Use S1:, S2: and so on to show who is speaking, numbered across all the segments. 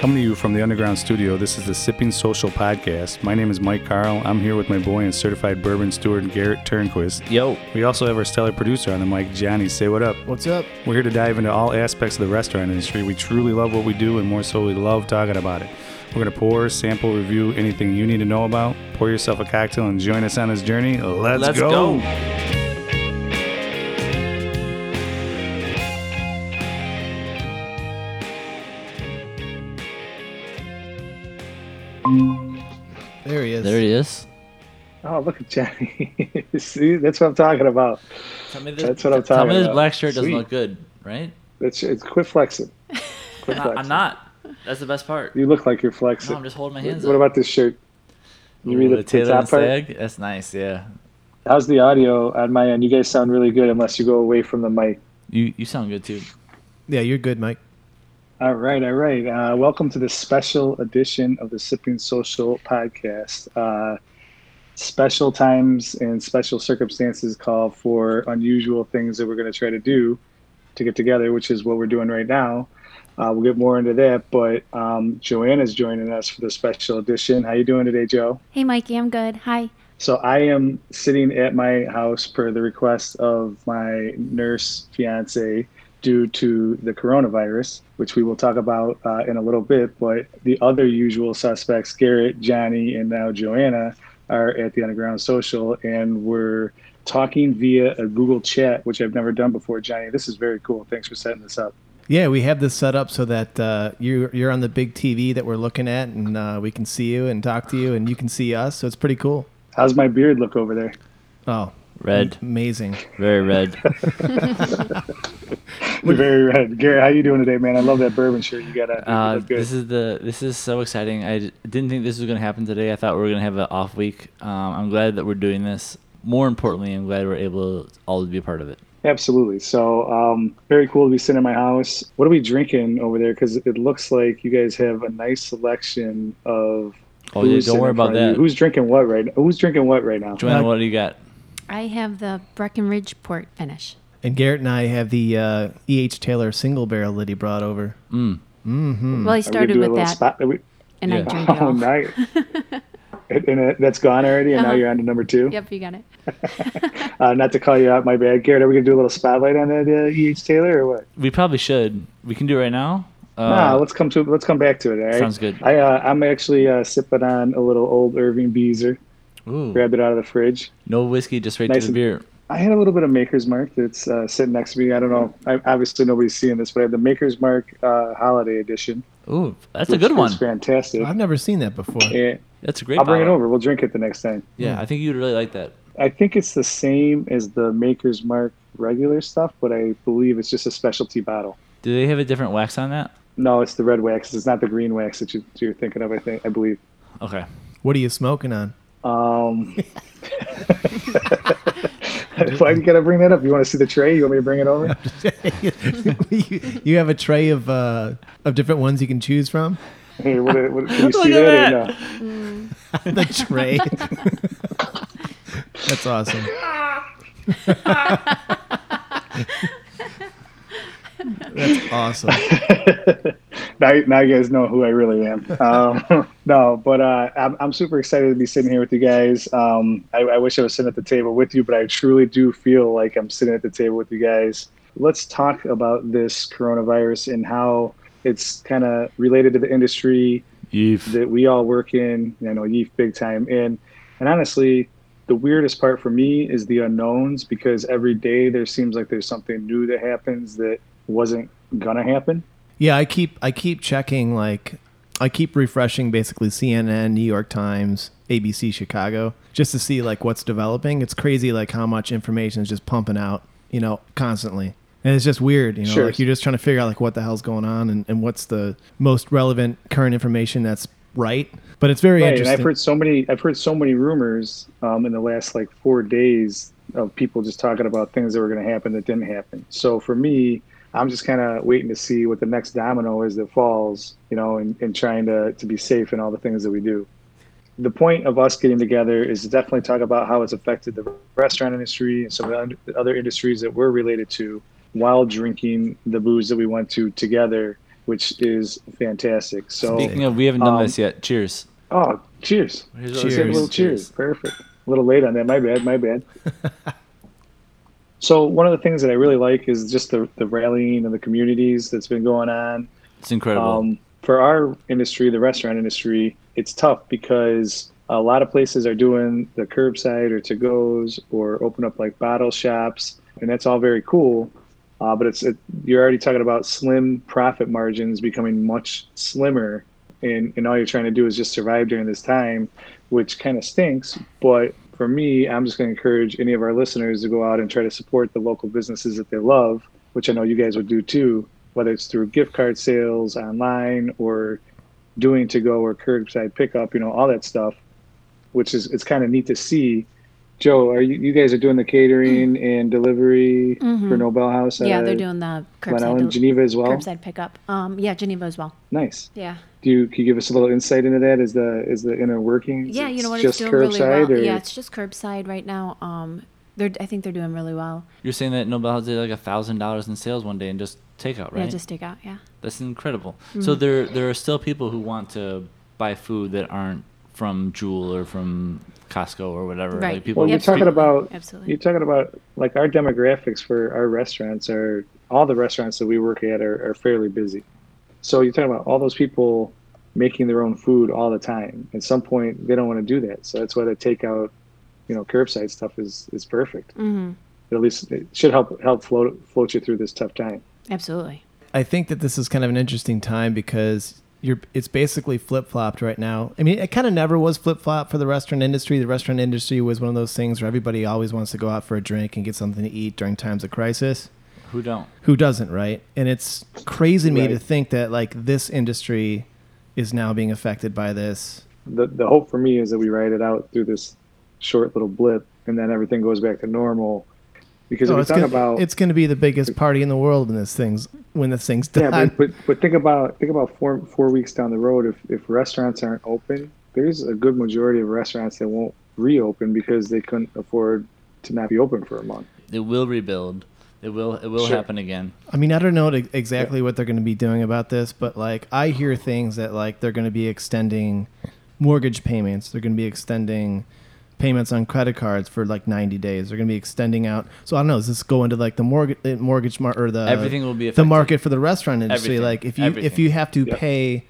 S1: Coming to you from the Underground Studio, this is the Sipping Social Podcast. My name is Mike Carl. I'm here with my boy and certified bourbon steward, Garrett Turnquist.
S2: Yo.
S1: We also have our stellar producer on the mic, Johnny. Say what up.
S3: What's up?
S1: We're here to dive into all aspects of the restaurant industry. We truly love what we do, and more so, we love talking about it. We're going to pour, sample, review anything you need to know about. Pour yourself a cocktail and join us on this journey. Let's,
S2: Let's
S1: go.
S2: go.
S3: There he is.
S2: There he is.
S4: Oh, look at Johnny. See, that's what I'm talking about.
S2: Tell me this,
S4: That's what I'm
S2: tell
S4: talking
S2: me this
S4: about.
S2: black shirt doesn't
S4: Sweet.
S2: look good, right?
S4: It's, it's quit flexing. Quit
S2: No,
S4: flexing.
S2: I'm not. That's the best part.
S4: You look like you're
S2: No,
S4: flexing.
S2: I'm just holding my
S4: What-
S2: hands
S4: what
S2: up.
S4: about this shirt? You read
S2: Ooh,
S4: the,
S2: the
S4: the
S2: tailor and
S4: top part.
S2: sag? That's nice, yeah.
S4: How's the audio on my end? You guys sound really good unless you go away from the mic.
S2: You you sound good too.
S3: Yeah, you're good, Mike.
S4: All right, all right. Uh, welcome to this special edition of the Sipping Social podcast. Uh, special times and special circumstances call for unusual things that we're going to try to do to get together, which is what we're doing right now. Uh, we'll get more into that, but um, Joanna's joining us for the special edition. How you doing today, Joe?
S5: Hey, Mikey, I'm good. Hi.
S4: So I am sitting at my house per the request of my nurse fiance due to the coronavirus, which we will talk about uh, in a little bit. But the other usual suspects, Garrett, Johnny, and now Joanna, are at the Underground Social, and we're talking via a Google chat, which I've never done before. Johnny, this is very cool. Thanks for setting this up.
S3: Yeah, we have this set up so that uh, you you're on the big TV that we're looking at, and uh, we can see you and talk to you, and you can see us. So it's pretty cool.
S4: How's my beard look over there?
S3: Oh,
S2: Red.
S3: amazing!
S2: Very red.
S4: Very red. Garrett, how you doing today, man? I love that bourbon shirt you got on. You
S2: Uh,
S4: look good.
S2: this is the this is so exciting. I d- didn't think this was gonna happen today. I thought we were gonna have an off week. Um, I'm glad that we're doing this. More importantly, I'm glad we're able all to be a part of it.
S4: Absolutely. So um, very cool to be sitting in my house. What are we drinking over there? Because it looks like you guys have a nice selection of.
S2: Oh yeah,
S4: who's
S2: don't
S4: sitting
S2: worry
S4: in
S2: about
S4: front of you.
S2: that.
S4: Who's drinking what right? Who's drinking what right now?
S5: Uh,
S2: Joanna, what do you got?
S5: I have the Breckenridge Port finish.
S3: And Garrett and I have the uh, E. H. Taylor single barrel that he brought over.
S2: Mm.
S3: Mm-hmm.
S5: Well, I
S4: Are we gonna
S5: started
S4: do a
S5: with
S4: little
S5: that,
S4: Spot? Are we,
S5: and I
S2: Yeah.
S5: drank it
S4: oh,
S5: all.
S4: nice. and, and it- that's gone already, and now you're on to number two.
S5: Uh-huh. Yep, you got it.
S4: Uh, not to call you out, my bad, Garrett. Are we gonna do a little spotlight on that uh, E. H. Taylor or what?
S2: We probably should. We can do it right now. Uh,
S4: nah, let's come to let's come back to it. All right?
S2: Sounds good.
S4: I uh, I'm actually uh, sipping on a little old Irving Beezer.
S2: ooh,
S4: Grabbed it out of the fridge.
S2: no whiskey, just right
S4: Nice
S2: to the
S4: and-
S2: beer.
S4: I had a little bit of Maker's Mark that's uh, sitting next to me. I don't know. I, obviously, nobody's seeing this, but I have the Maker's Mark uh, Holiday Edition.
S2: Ooh, that's a
S4: which
S2: good
S4: is
S2: one.
S4: fantastic.
S3: I've never seen that before.
S4: Yeah,
S2: That's a great.
S4: I'll bring it
S2: bottle.
S4: over. We'll drink it the next time.
S2: Yeah, I think you'd really like that.
S4: I think it's the same as the Maker's Mark regular stuff, but I believe it's just a specialty bottle.
S2: Do they have a different wax on that?
S4: No, it's the red wax. It's not the green wax that you, you're thinking of. I think I believe.
S2: Okay.
S3: What are you smoking on?
S4: Um, why do you gotta bring that up? You want to see the tray? You want me to bring it over?
S3: you, you have a tray of uh, of different ones you can choose from.
S4: Hey, what, what, can you
S2: Look
S4: see
S2: at
S4: that? Or
S2: that.
S4: no?
S3: The tray. That's awesome. That's awesome.
S4: now, now you guys know who I really am. Um, no, but uh, I'm, I'm super excited to be sitting here with you guys. Um, I, I wish I was sitting at the table with you, but I truly do feel like I'm sitting at the table with you guys. Let's talk about this coronavirus and how it's kind of related to the industry that we all work in. You know, Yeef big time. And and honestly, the weirdest part for me is the unknowns because every day there seems like there's something new that happens that wasn't gonna happen.
S3: Yeah, I keep I keep checking like I keep refreshing basically CNN, New York Times, ABC Chicago just to see like what's developing. It's crazy like how much information is just pumping out, you know, constantly. And it's just weird, you know,
S4: Sure.
S3: like you're just trying to figure out like what the hell's going on and, and what's the most relevant current information that's right. But it's very
S4: Right, and
S3: interesting.
S4: I've heard so many. I've heard so many rumors um, in the last like four days of people just talking about things that were going to happen that didn't happen. So for me, I'm just kind of waiting to see what the next domino is that falls, you know, and, and trying to to be safe in all the things that we do. The point of us getting together is to definitely talk about how it's affected the restaurant industry and some of the und- the other industries that we're related to, while drinking the booze that we went to together which is fantastic. So,
S2: Speaking of, we haven't done
S4: Um,
S2: this yet. Cheers.
S4: oh, cheers.
S2: Here's
S4: Let's
S2: what I was
S4: get a
S3: Cheers.
S4: little cheers. Perfect. A little late on that. My bad. My bad. so one of the things that I really like is just the, the rallying and the communities that's been going on.
S2: It's incredible.
S4: Um, for our industry, the restaurant industry, it's tough because a lot of places are doing the curbside or to goes or open up like bottle shops, and that's all very cool. Uh, but it's it, you're already talking about slim profit margins becoming much slimmer, and and all you're trying to do is just survive during this time, which kind of stinks. But for me, I'm just going to encourage any of our listeners to go out and try to support the local businesses that they love, which I know you guys would do too whether it's through gift card sales online or doing to go or curbside pickup, you know, all that stuff, which is it's kind of neat to see. Joe, are you, you guys are doing the catering and delivery for
S5: Mhm.
S4: Nobel House?
S5: Mm. Yeah,
S4: at
S5: they're doing the
S4: Glen
S5: curbside,
S4: Ellen,
S5: del-
S4: Geneva as well.
S5: curbside pickup. Um, yeah, Geneva as well.
S4: Nice.
S5: Yeah.
S4: Do you can you give us a little insight into that? Is the is the inner working?
S5: Yeah, you know what? It's
S4: Just
S5: doing really
S4: curbside,
S5: well.
S4: or
S5: Yeah, it's just curbside right now. Um, they're I think they're doing really well.
S2: You're saying that Nobel did like a thousand dollars in sales one day and just takeout, right?
S5: Yeah, just Mm-hmm. take out. Yeah.
S2: That's incredible. So there there are still people who want to buy food that aren't from Jewel or from Costco or whatever.
S5: Right.
S2: Like people
S4: Well,
S5: Yep.
S4: you're talking about
S5: Absolutely.
S4: you're talking about like our demographics for our restaurants are all the restaurants that we work at are, are fairly busy. So you're talking about all those people making their own food all the time. At some point, they don't want to do that, so that's why the takeout, you know, curbside stuff is is perfect.
S5: Mhm.
S4: At least it should help help float float you through this tough time.
S5: Absolutely.
S3: I think that this is kind of an interesting time because you're it's basically flip flopped right now. I mean, it kind of never was flip flop for the restaurant industry. The restaurant industry was one of those things where everybody always wants to go out for a drink and get something to eat during times of crisis.
S2: who don't.
S3: Who doesn't, right? And it's crazy to me to
S4: Right.
S3: think that like this industry is now being affected by this.
S4: The the hope for me is that we ride it out through this short little blip, and then everything goes back to normal. Because
S3: Oh,
S4: if we
S3: it's
S4: talk
S3: gonna,
S4: about
S3: it's going to be the biggest party in the world when this thing's when this thing's
S4: Yeah,
S3: done.
S4: but, but but think about think about four four weeks down the road if if restaurants aren't open, there's a good majority of restaurants that won't reopen because they couldn't afford to not be open for a month.
S2: It will rebuild. It will it will
S4: Sure.
S2: happen again.
S3: I mean, I don't know ex- exactly what they're going to be doing about this, but like I hear things that like they're going to be extending mortgage payments. They're going to be extending payments on credit cards for like 90 days. They're going to be extending out. So I don't know. Does this go into like the mortgage eh, mortgage mar- or the
S2: Everything will be
S3: the
S2: affected.
S3: market for the restaurant industry?
S2: Everything.
S3: Like if you if
S2: Everything.
S3: you have to
S4: Yep.
S3: pay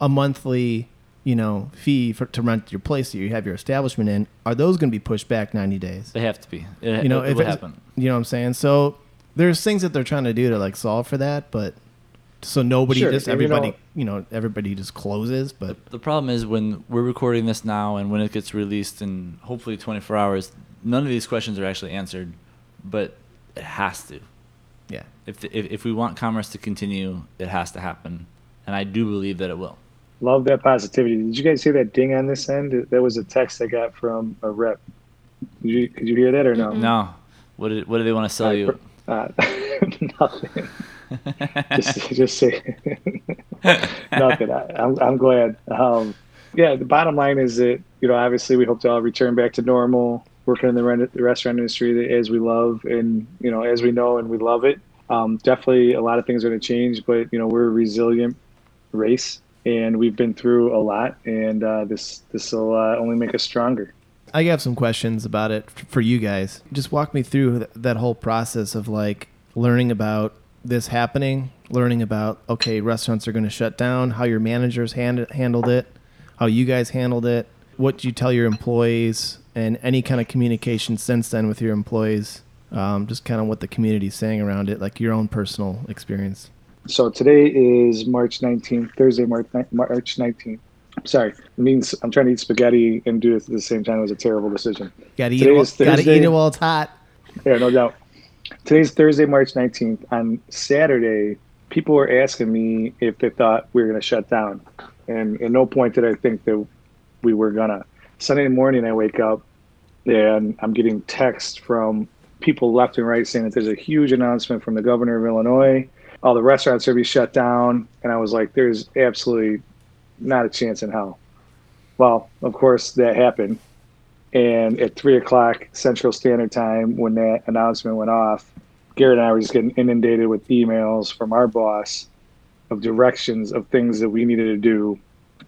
S3: a monthly you know fee for to rent your place that you have your establishment in, are those going to be pushed back 90 days?
S2: They have to be. It,
S3: you know,
S2: it,
S3: if
S2: will
S3: it's-
S2: happen.
S3: You know what I'm saying? So there's things that they're trying to do to like solve for that, but so nobody
S4: Sure,
S3: just
S4: and you know-
S3: everybody you know, everybody just closes, but
S2: The problem is when we're recording this now and when it gets released in hopefully 24 hours, none of these questions are actually answered, but it has to.
S3: yeah.
S2: If, the, if, if we want commerce to continue, it has to happen. And I do believe that it will.
S4: Love that positivity. Did you guys hear that ding on this end? That was a text I got from a rep. Did you could you hear that or no?
S2: No. What, did, what do they want to sell you?
S4: Uh, nothing. just, just say nothing. I, I'm, I'm glad. Um, yeah, the bottom line is that you know obviously we hope to all return back to normal, working in the, rent, the restaurant industry that- as we love and you know as we know and we love it. Um, definitely, a lot of things are going to change, but you know we're a resilient race and we've been through a lot, and uh, this this will uh, only make us stronger.
S3: I have some questions about it f- for you guys. Just walk me through th- that whole process of like learning about this happening, learning about okay, restaurants are going to shut down, how your managers hand- handled it, how you guys handled it, what you tell your employees, and any kind of communication since then with your employees. Um, just kind of what the community's saying around it, like your own personal experience.
S4: So today is March 19th, Thursday, March ni- March 19th. Sorry, it means I'm trying to eat spaghetti and do it at the same time. It was a terrible decision.
S3: Got to eat,
S4: Today
S3: it while-
S4: is
S3: gotta
S4: Thursday.
S3: eat it while it's hot.
S4: Yeah, no doubt. Today's Thursday, March 19th. On Saturday, people were asking me if they thought we were going to shut down. And at no point did I think that we were going to. Sunday morning, I wake up and I'm getting texts from people left and right saying that there's a huge announcement from the governor of Illinois. All the restaurants are going to be shut down. And I was like, there's absolutely not a chance in hell. Well, of course, that happened. And at three o'clock Central Standard Time, when that announcement went off, Garrett and I were just getting inundated with emails from our boss of directions of things that we needed to do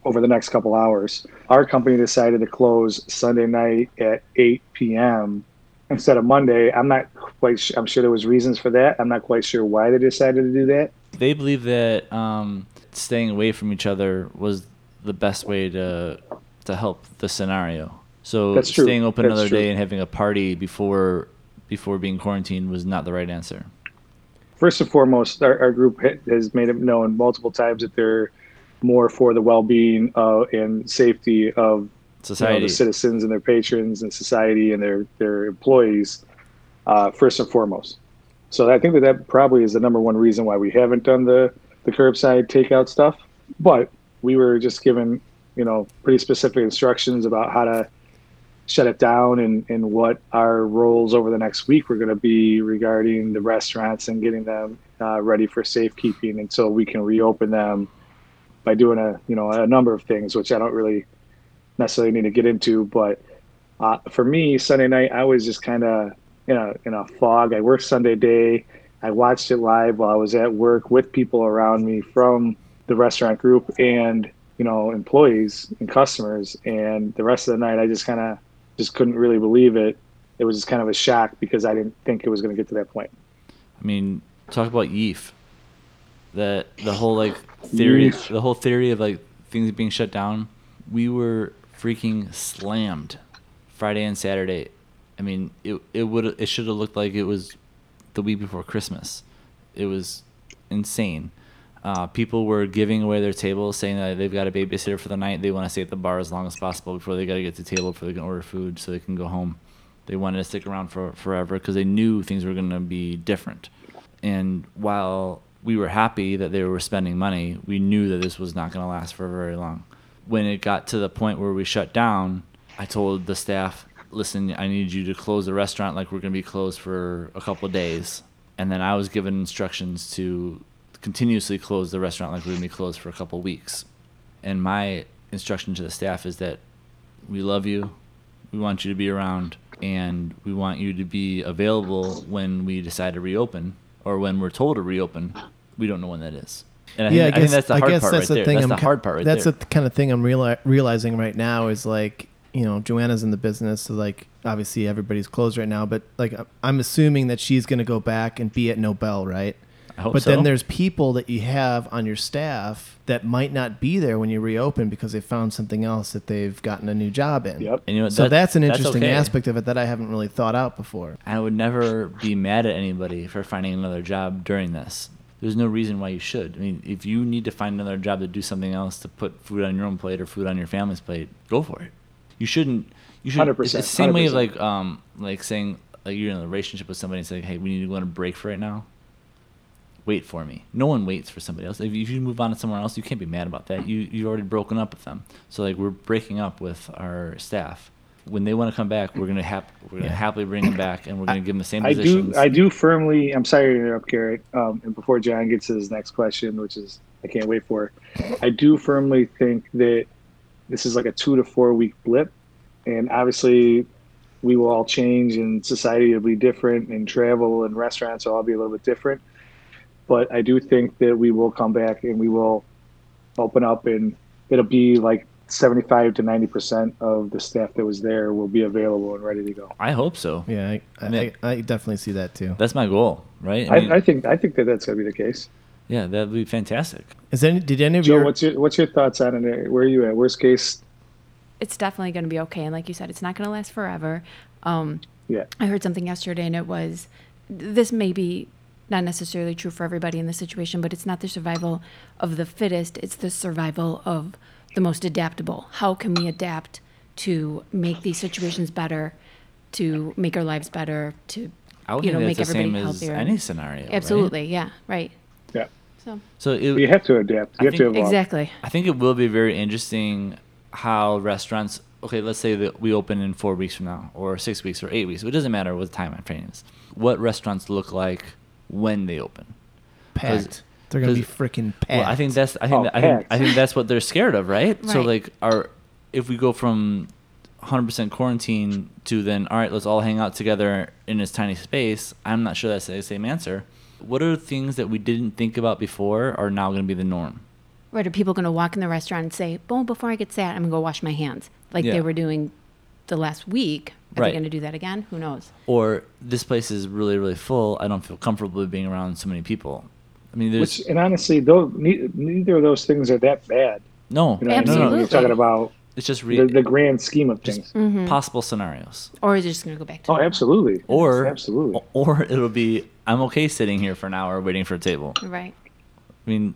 S4: over the next couple hours. Our company decided to close Sunday night at 8 p.m. instead of Monday. I'm not quite. Sh- I'm sure there was reasons for that. I'm not quite sure why they decided to do that.
S2: They believe that um, staying away from each other was the best way to to help the scenario. So
S4: That's true.
S2: staying open
S4: That's
S2: another
S4: true.
S2: day and having a party before before being quarantined was not the right answer.
S4: first and foremost, our, our group ha- has made it known multiple times that they're more for the well-being uh, and safety of you know,
S2: Society.
S4: the citizens and their patrons and society and their their employees uh, first and foremost. So I think that that probably is the number one reason why we haven't done the the curbside takeout stuff. But we were just given you know pretty specific instructions about how to shut it down and, and what our roles over the next week were going to be regarding the restaurants and getting them uh, ready for safekeeping until we can reopen them by doing a you know a number of things which i don't really necessarily need to get into but uh, for me sunday night i was just kind of in a in a fog i worked sunday day i watched it live while i was at work with people around me from the restaurant group and you know employees and customers and the rest of the night i just kind of just couldn't really believe it it was just kind of a shock because i didn't think it was going to get to that point
S2: I mean, talk about Yeef. The the whole like theory,
S4: Yeef.
S2: the whole theory of like things being shut down. We were freaking slammed Friday and Saturday. I mean, it it would it should have looked like it was the week before Christmas. It was insane. Uh, people were giving away their tables, saying that they've got a babysitter for the night. They want to stay at the bar as long as possible before they got to get to the table, before they can order food, so they can go home. They wanted to stick around for forever because they knew things were going to be different. And while we were happy that they were spending money, we knew that this was not going to last for very long. When it got to the point where we shut down, I told the staff, "Listen, I need you to close the restaurant like we're going to be closed for a couple of days." And then I was given instructions to continuously close the restaurant like we're going to be closed for a couple of weeks. And my instruction to the staff is that we love you. We want you to be around and we want you to be available when we decide to reopen or when we're told to reopen. We don't know when that is. And I,
S3: yeah,
S2: think,
S3: I
S2: I
S3: guess,
S2: think that's the hard
S3: guess
S2: part
S3: that's
S2: right
S3: the
S2: there.
S3: thing.
S2: that's
S3: I'm
S2: the
S3: ki-
S2: hard part right
S3: that's
S2: there.
S3: the kind of thing I'm reali- realizing right now is like you know Joanna's in the business, so like obviously everybody's closed right now, but like I- I'm assuming that she's going to go back and be at Nobel, right?
S2: I hope
S3: but
S2: so.
S3: then there's people that you have on your staff that might not be there when you reopen because they found something else that they've gotten a new job in.
S4: Yep.
S2: And you know what,
S3: so
S2: that-
S3: that's an
S2: that's
S3: interesting
S2: okay.
S3: aspect of it that I haven't really thought out before.
S2: I would never be mad at anybody for finding another job during this. There's no reason why you should. I mean, if you need to find another job to do something else to put food on your own plate or food on your family's plate, go for it. You shouldn't. You should.
S4: 100%,
S2: It's the same way
S4: 100%.
S2: like um like saying like you're in a relationship with somebody and saying, hey, we need to go on a break for right now. Wait for me. No one waits for somebody else. If you if you move on to somewhere else, you can't be mad about that. You you've already broken up with them. So like we're breaking up with our staff. When they want to come back, we're gonna hap- we're gonna happily bring them back, and we're gonna give them the same
S4: I do
S2: positions.
S4: I do firmly I'm sorry to interrupt Garrett um, and before John gets to his next question which is I can't wait for it, I do firmly think that this is like a 2 to 4 week blip and obviously we will all change and society will be different and travel and restaurants will all be a little bit different but I do think that we will come back and we will open up and it'll be like 75 to 90% of the staff that was there will be available and ready to go.
S2: I hope so.
S3: Yeah, I, I,
S2: Man.
S3: I, I definitely see that too.
S2: That's my goal, right? I mean,
S4: I, I think I think that that's going to be the case.
S2: yeah, that'd be fantastic.
S3: Is any, did any of
S4: Joe,
S3: your
S4: what's your what's your thoughts on it? Where are you at? Worst case,
S5: It's definitely going to be okay. And like you said, it's not going to last forever. Um,
S4: yeah.
S5: I heard something yesterday, and it was this may be not necessarily true for everybody in this situation, but it's not the survival of the fittest, it's the survival of the most adaptable. How can we adapt to make these situations better, to make our lives better, to
S2: I would
S5: you know,
S2: think
S5: make
S2: that's the
S5: everybody
S2: same as
S5: healthier?
S2: any scenario. right?
S5: Absolutely, yeah, right.
S4: Yeah.
S5: So
S2: So it,
S4: You have to adapt. You
S2: I
S4: have to
S2: think-
S4: evolve.
S5: exactly.
S2: I think it will be very interesting how restaurants. Okay, let's say that we open in four weeks from now, or six weeks, or eight weeks. It doesn't matter what the time frame is. What restaurants look like when they open?
S3: packed? They're going to be
S2: because-
S3: freaking packed.
S2: Well, I think that's I think,
S4: Oh,
S2: that- I, think
S4: packed.
S2: I think that's what they're scared of, right? So
S5: Right.
S2: like our if we go from 100% quarantine to then all right, let's all hang out together in this tiny space, I'm not sure that's the same answer. what are things that we didn't think about before are now going to be the norm?
S5: Right? Are people going to walk in the restaurant and say, "Boom! Before I get sat, I'm going to go wash my hands," like
S2: Yeah.
S5: they were doing the last week? Are
S2: Right.
S5: they going to do that again? Who knows?
S2: Or this place is really really full. I don't feel comfortable being around so many people. I mean, there's
S4: Which, and honestly, though, ne- neither of those things are that bad.
S2: no,
S4: You know what I mean? When
S5: Absolutely. Mm-hmm.
S4: You're talking about
S2: It's just re-
S4: the, the grand scheme of things.
S2: just possible scenarios.
S5: Or is it just going to go back to?
S4: Oh, absolutely.
S2: Or Oh.
S4: absolutely.
S2: or it'll be I'm okay sitting here for an hour waiting for a table. I
S5: Right.
S2: mean,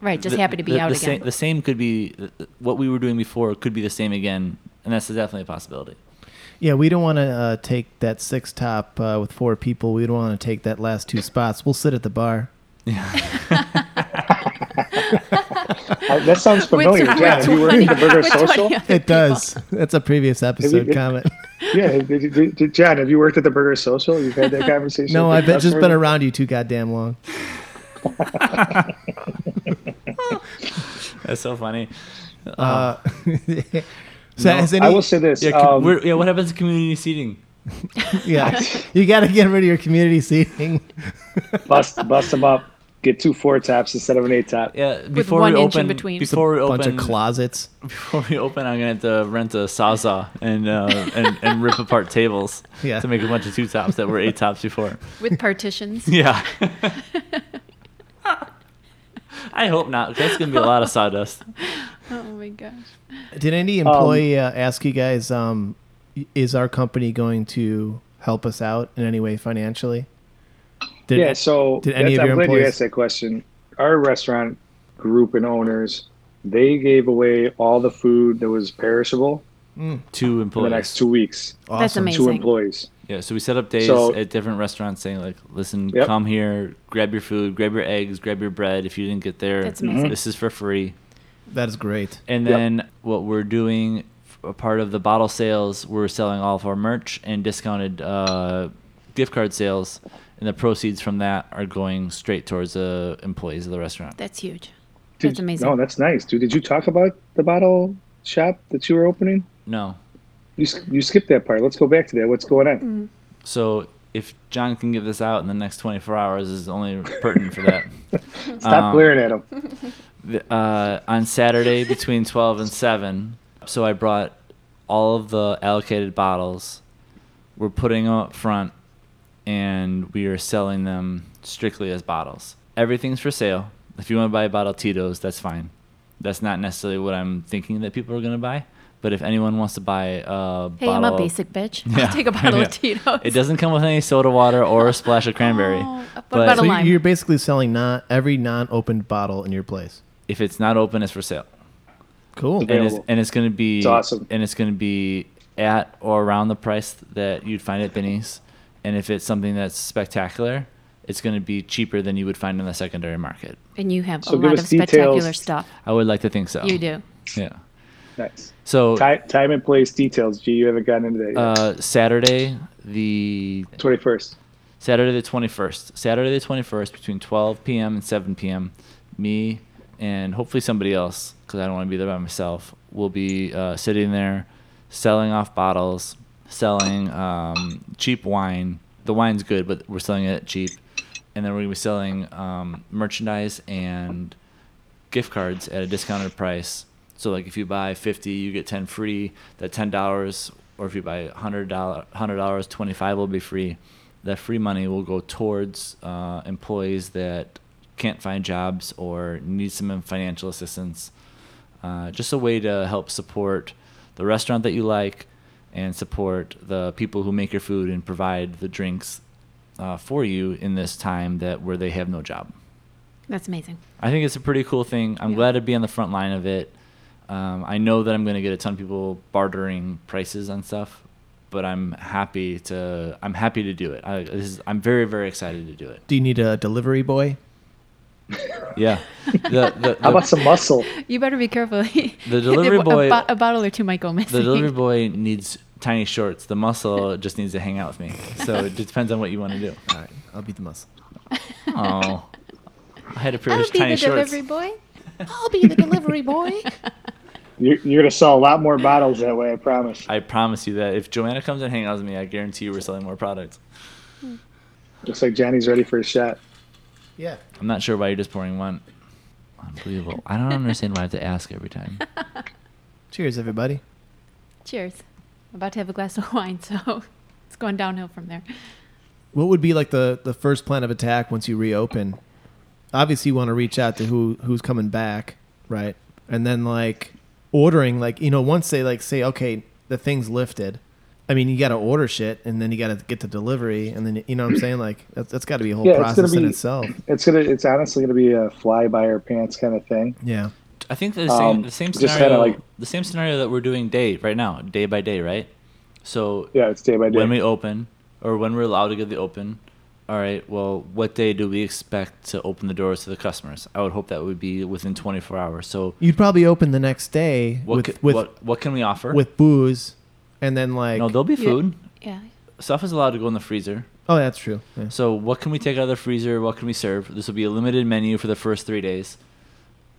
S5: Right. Just
S2: the-
S5: happy to be
S2: the-
S5: out
S2: the
S5: again.
S2: Same, the same could be what we were doing before could be the same again, and that's definitely a possibility.
S3: Yeah, we don't want to uh, take that six top uh, with four people. We don't want to take that last two spots. We'll sit at the bar.
S4: Uh, that sounds familiar, John.
S5: With- with
S4: Have you worked at the
S5: 20
S4: Burger
S5: with 20
S4: Social?
S5: other
S3: It does. That's a previous episode
S4: you-
S3: comment.
S4: Yeah, did, you- did, did- John, have you worked at the Burger Social? You've had that conversation.
S3: No,
S4: with
S3: I've
S4: your
S3: been, just
S4: customer?
S3: been around you too goddamn long.
S2: That's so funny.
S3: Uh, so has any,
S4: I will say this.
S2: Yeah, com-
S4: um,
S2: we're- yeah. What happens to community seating?
S3: yeah, you got to get rid of your community seating.
S4: bust bust them up. Get two four tops instead of an eight top.
S2: Yeah, before
S5: one
S2: we
S5: inch in
S2: open,
S5: between. It's a
S2: before we
S3: Bunch
S2: open,
S3: of closets.
S2: before we open, I'm gonna have to rent a sawsaw and uh, and, and rip apart tables
S3: Yeah.
S2: to make a bunch of two tops that were eight tops before.
S5: With partitions.
S2: Yeah. I hope not. 'cause That's gonna be a lot of sawdust.
S5: oh my gosh.
S3: Did any employee uh, ask you guys, um, y- is our company going to help us out in any way financially? Did,
S4: Yeah, so
S3: did any
S4: that's-
S3: of your
S4: I'm glad you
S3: employees-
S4: asked that question. Our restaurant group and owners, they gave away all the food that was perishable
S2: Two
S4: for the
S2: employees.
S4: next two weeks.
S5: That's
S3: Awesome.
S5: amazing.
S4: Two employees.
S2: Yeah, so we set up days
S4: So-
S2: at different restaurants saying like, listen,
S4: Yep.
S2: come here, grab your food, grab your eggs, grab your bread. If you didn't get there,
S5: That's amazing.
S2: this is for free.
S3: That is great.
S2: And then what we're doing, f- a part of the bottle sales, we're selling all of our merch and discounted uh, gift card sales, and the proceeds from that are going straight towards the employees of the restaurant.
S5: That's huge.
S4: Dude,
S5: That's amazing.
S4: No, that's nice, dude. Did you talk about the bottle shop that you were opening?
S2: No,
S4: You s- you skipped that part. Let's go back to that. What's going on?
S5: Mm.
S2: so if John can give this out in the next 24 hours is only pertinent for that.
S4: Stop
S3: Um,
S4: glaring at him.
S2: the- uh, on Saturday between 12 and 7. So I brought all of the allocated bottles. We're putting them up front and we are selling them strictly as bottles. Everything's for sale. If you want to buy a bottle of Tito's, that's fine. That's not necessarily what I'm thinking that people are going to buy. But if anyone wants to buy a
S5: Hey,
S2: bottle
S5: I'm a
S2: of-
S5: basic bitch.
S2: Yeah.
S5: I'll take a bottle
S2: Yeah.
S5: of Tito's.
S2: it doesn't come with any soda water or a splash of cranberry.
S5: Oh, what
S2: but
S5: about a
S3: So you-
S5: lime.
S3: you're basically selling not every non-opened bottle in your place.
S2: if it's not open, it's for sale.
S3: Cool.
S2: and it's,
S4: available.
S2: and it's going to be
S4: It's awesome.
S2: and it's going to be at or around the price that you'd find at Benny's. And if it's something that's spectacular, it's going to be cheaper than you would find in the secondary market.
S5: And you have
S4: So
S5: a
S4: give
S5: lot
S4: us
S5: of spectacular
S4: details.
S5: stuff.
S2: I would like to think so.
S5: You do.
S2: Yeah.
S4: Nice.
S2: So
S4: Time, time and place details. Gee, you haven't gotten into that yet.
S2: uh, Saturday the
S4: 21st.
S2: Saturday the 21st. Saturday the 21st between 12 p.m. and 7 p.m. Me and hopefully somebody else, because I don't want to be there by myself, will be uh, sitting there selling off bottles, selling um, cheap wine. The wine's good, but we're selling it cheap. And then we're going to be selling um, merchandise and gift cards at a discounted price. So like if you buy 50, you get 10 free. That $10 or if you buy $100, $100, 25 will be free. That free money will go towards uh, employees that can't find jobs or need some financial assistance. Uh, just a way to help support the restaurant that you like and support the people who make your food and provide the drinks uh, for you in this time that where they have no job.
S5: That's amazing.
S2: I think it's a pretty cool thing. I'm glad to be on the front line of it. Um, I know that I'm going to get a ton of people bartering prices on stuff, but I'm happy to. I'm happy to do it. I, this is, I'm very very excited to do it.
S3: Do you need a delivery boy?
S2: Yeah. The, the,
S3: uh,
S4: How about
S2: the,
S4: some muscle?
S5: You better be careful. the
S2: delivery
S5: a,
S2: boy-
S5: bo- a bottle or two might go missing.
S2: the delivery boy needs tiny shorts. The muscle just needs to hang out with me. So it depends on what you want to do.
S3: All right, I'll be the muscle.
S2: Oh, I had a pair
S5: I'll
S2: of
S5: be
S2: tiny
S5: the
S2: shorts.
S5: delivery boy. I'll be the delivery boy.
S4: You're, you're going to sell a lot more bottles that way, I promise.
S2: I promise you that if Joanna comes and hangs out with me, I guarantee you we're selling more products.
S4: Looks like Johnny's ready for a shot.
S3: Yeah.
S2: I'm not sure why you're just pouring one. Unbelievable. I don't understand why I have to ask every time.
S3: Cheers, everybody.
S5: Cheers. I'm about to have a glass of wine, so it's going downhill from there.
S3: What would be like the, the first plan of attack once you reopen? Obviously, you want to reach out to who who's coming back, right? And then like ordering, like you know, once they like say, okay, the thing's lifted. I mean, you got to order shit, and then you got to get the delivery, and then you know what I'm saying? Like that's, that's got to be a whole
S4: Yeah, it's gonna
S3: process in
S4: be-
S3: itself.
S4: It's gonna. It's honestly gonna be a fly by our pants kind of thing.
S3: Yeah.
S2: I think the same
S4: Um,
S2: the same
S4: just kinda
S2: scenario
S4: like-
S2: the same scenario that we're doing day right now, day by day, right? So
S4: Yeah, it's day by day.
S2: when we open or when we're allowed to get the open all right well what day do we expect to open the doors to the customers i would hope that would be within 24 hours so
S3: You'd probably open the next day
S2: what
S3: with
S2: ca-
S3: with
S2: what, what can we offer
S3: with booze, and then like
S2: no there'll be
S5: Yeah.
S2: food
S5: Yeah.
S2: stuff is allowed to go in the freezer
S3: oh, that's true. Yeah.
S2: so what can we take out of the freezer what can we serve this will be a limited menu for the first three days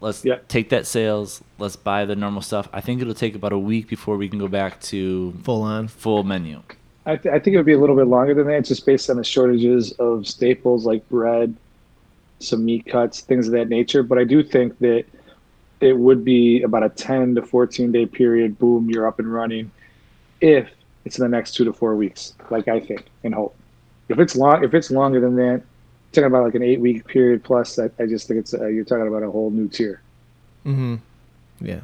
S2: let's
S4: Yeah.
S2: take that sales let's buy the normal stuff i think it'll take about a week before we can go back to
S3: Full on.
S2: full menu
S4: I, th- I think it would be a little bit longer than that, just based on the shortages of staples like bread, some meat cuts, things of that nature. But I do think that it would be about a 10 to 14 day period. Boom, you're up and running. If it's in the next two to four weeks, like I think and hope. If it's long, if it's longer than that, talking about like an eight week period plus, I, I just think it's uh, you're talking about a whole new tier.
S3: Mm-hmm. Yeah.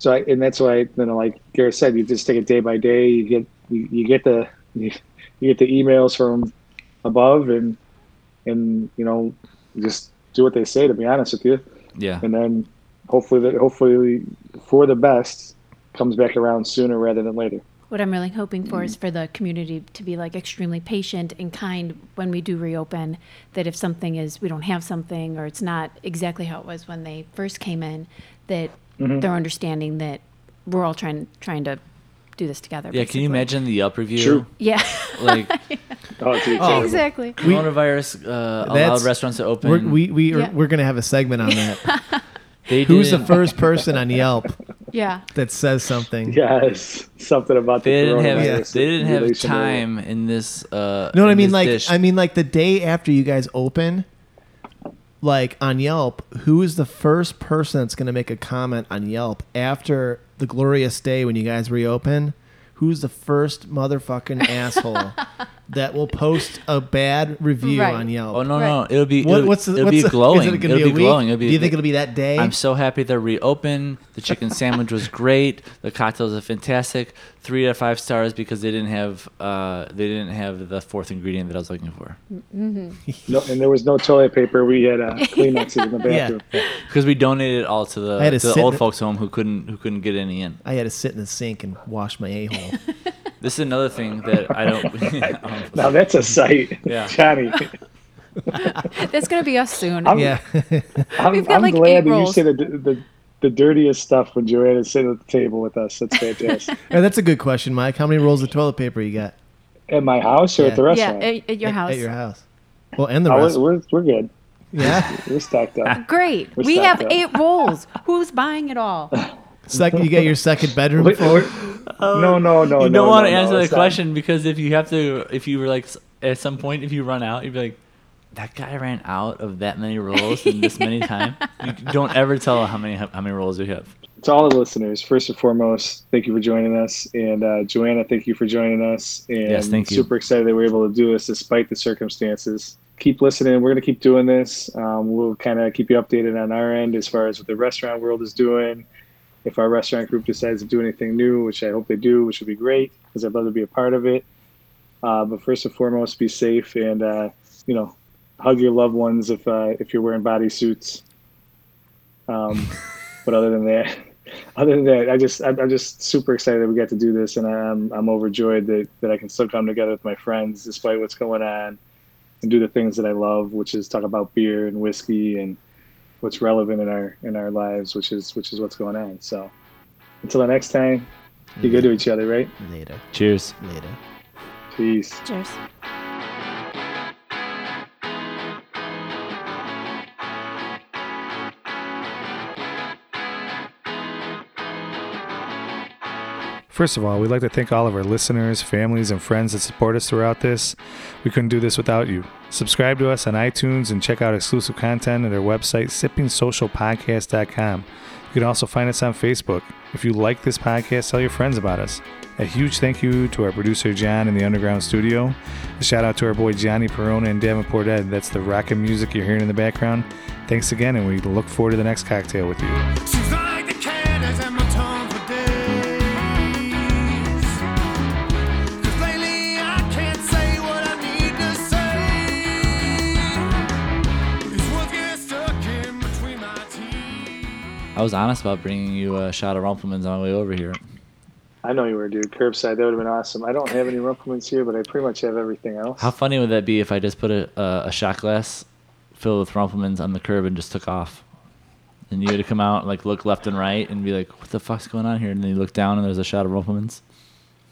S4: So I, and that's why you know, like Garrett said, you just take it day by day. You get you, you get the you, you get the emails from above and and you know just do what they say. To be honest with you,
S2: yeah
S4: and then hopefully that hopefully for the best comes back around sooner rather than later.
S5: What I'm really hoping for is for the community to be like extremely patient and kind when we do reopen. That if something is, we don't have something or it's not exactly how it was when they first came in, that
S2: Mm-hmm.
S5: they're understanding that we're all trying trying to do this together.
S2: yeah can you
S5: basically.
S2: imagine the up review
S4: True.
S5: Yeah,
S2: like
S4: Oh, it's
S3: Oh.
S4: terrible.
S5: exactly.
S2: coronavirus uh, allowed
S3: That's-
S2: restaurants to open.
S3: We're, we we are,
S5: Yeah.
S3: we're gonna have a segment on that.
S2: they
S3: Who's the
S2: didn't-
S3: first person on Yelp
S5: Yeah,
S3: that says something?
S4: Yes, something about the
S2: They didn't have.
S4: coronavirus
S2: They didn't have
S4: relation to-
S2: time in this. Uh,
S3: You know what I
S2: in
S3: mean?
S2: this
S3: Like
S2: dish.
S3: I mean, like the day after you guys open, like on Yelp, who is the first person that's gonna make a comment on Yelp after the glorious day when you guys reopen? Who's the first motherfucking asshole that will post a bad review
S5: Right.
S3: on Yelp?
S2: Oh no, no,
S5: Right.
S2: it'll be.
S3: What-
S2: it'll,
S3: what's the,
S2: it'll
S3: what's
S2: be
S3: the-
S2: glowing.
S3: Is it gonna
S2: it'll
S3: be a week?
S2: glowing. It'll be,
S3: Do you think it'll be that day?
S2: I'm so happy they're reopened. The chicken sandwich was great. The cocktails are fantastic. Three out of five stars because they didn't have. Uh, they didn't have the fourth ingredient that I was looking for.
S4: No, and there was no toilet paper. We had uh, Kleenexes in the bathroom.
S2: Because we donated it all to the
S3: I had to
S2: to the
S3: sit
S2: old
S3: in-
S2: folks home who couldn't who couldn't get any in.
S3: I had to sit in the sink and wash my a hole.
S2: This is another thing that I don't.
S4: Now that's a sight,
S2: Yeah.
S4: Johnny.
S5: that's gonna be us soon.
S4: I'm-
S3: yeah.
S4: I'm,
S5: We've got,
S4: I'm
S5: like, eight
S4: glad that
S5: rolls.
S4: you say the, the the dirtiest stuff when Joanna's sitting at the table with us. That's fantastic.
S3: Yeah, that's a good question, Mike. How many rolls of toilet paper you got
S4: at my house or
S3: Yeah.
S4: at the
S5: yeah,
S4: restaurant?
S5: at, at your
S3: at,
S5: house.
S3: at your house? Well, and the
S4: Oh,
S3: rest.
S4: we're, we're, we're good.
S3: Yeah.
S4: We're stacked up.
S5: Great.
S4: We're
S5: we have
S4: stacked up.
S5: eight rolls. Who's buying it all?
S3: Second, you get your second bedroom.
S4: Wait, we're- no, no, no.
S2: You
S4: no,
S2: don't want to
S4: no, no,
S2: answer the
S4: it's not.
S2: question because if you have to, if you were like, s- at some point, if you run out, you'd be like, that guy ran out of that many rolls in this many time. You don't ever tell how many how many rolls you have.
S4: To all the listeners, first and foremost, thank you for joining us, and uh, Joanna, thank you for joining us. And
S2: Yes, thank you.
S4: Super excited that we were able to do this despite the circumstances. Keep listening. We're gonna keep doing this. Um, we'll kind of keep you updated on our end as far as what the restaurant world is doing. If our restaurant group decides to do anything new, which I hope they do, which would be great, because I'd love to be a part of it. Uh, but first and foremost, be safe and uh, you know, hug your loved ones if uh, if you're wearing bodysuits. Um, but other than that, other than that, I just I'm, I'm just super excited that we got to do this, and I'm I'm overjoyed that that I can still come together with my friends despite what's going on, and do the things that I love, which is talk about beer and whiskey and what's relevant in our in our lives, which is which is what's going on. So until the next time, be good to each other, right?
S3: Later.
S2: Cheers.
S3: Later.
S4: Peace.
S5: Cheers.
S4: First of all, we'd like to thank all of our listeners, families, and friends that support us throughout this. We couldn't do this without you. Subscribe to us on iTunes and check out exclusive content at our website, sippingsocialpodcast.com. You can also find us on Facebook. If you like this podcast, tell your friends about us. A huge thank you to our producer, John, in the Underground Studio. A shout out to our boy, Johnny Perona and Davenport Ed. That's the rockin' music you're hearing in the background. Thanks again, and we look forward to the next cocktail with you.
S6: Seems like the cannons and my tongue for days. 'Cause lately I can't say what I need to say. These words get stuck in between my teeth.
S2: I was honest about bringing you a shot of Rumplemans on my way over here.
S7: I know you were, dude. Curbside, that would have been awesome. I don't have any rumplements here, but I pretty much have everything else.
S2: How funny would that be if I just put a, a, a shot glass filled with Rumplemans on the curb and just took off? And you had to come out, like look left and right, and be like, "What the fuck's going on here?" And then you look down, and there's a shot of Rumplemans.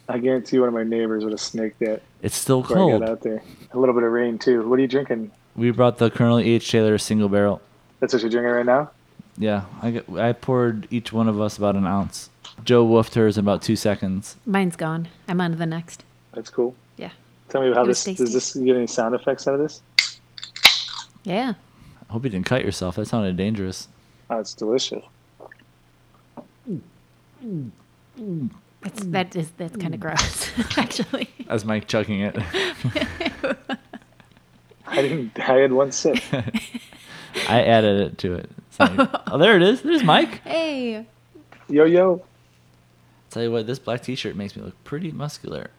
S7: I guarantee one of my neighbors would have snaked that
S2: It's still
S7: before I got
S2: cold.
S7: out there. A little bit of rain too. What are you drinking?
S2: We brought the Colonel E.H. Taylor single barrel.
S7: That's what you're drinking right now.
S2: Yeah, I, got, I poured each one of us about an ounce. Joe woofed hers in about two seconds.
S5: Mine's gone. I'm on to the next.
S7: That's cool.
S5: Yeah.
S7: Tell me how
S5: It was
S7: this
S5: tasty.
S7: does. This you get any sound effects out of this?
S5: Yeah.
S2: I hope you didn't cut yourself. That sounded dangerous.
S7: Oh, it's delicious.
S5: That's that is that's kind of gross actually.
S2: As Mike chugging it.
S7: I didn't. I had one sip.
S2: I added it to it. It's like- oh, there it is. There's Mike.
S5: Hey.
S7: Yo yo.
S2: Tell you what, this black T-shirt makes me look pretty muscular.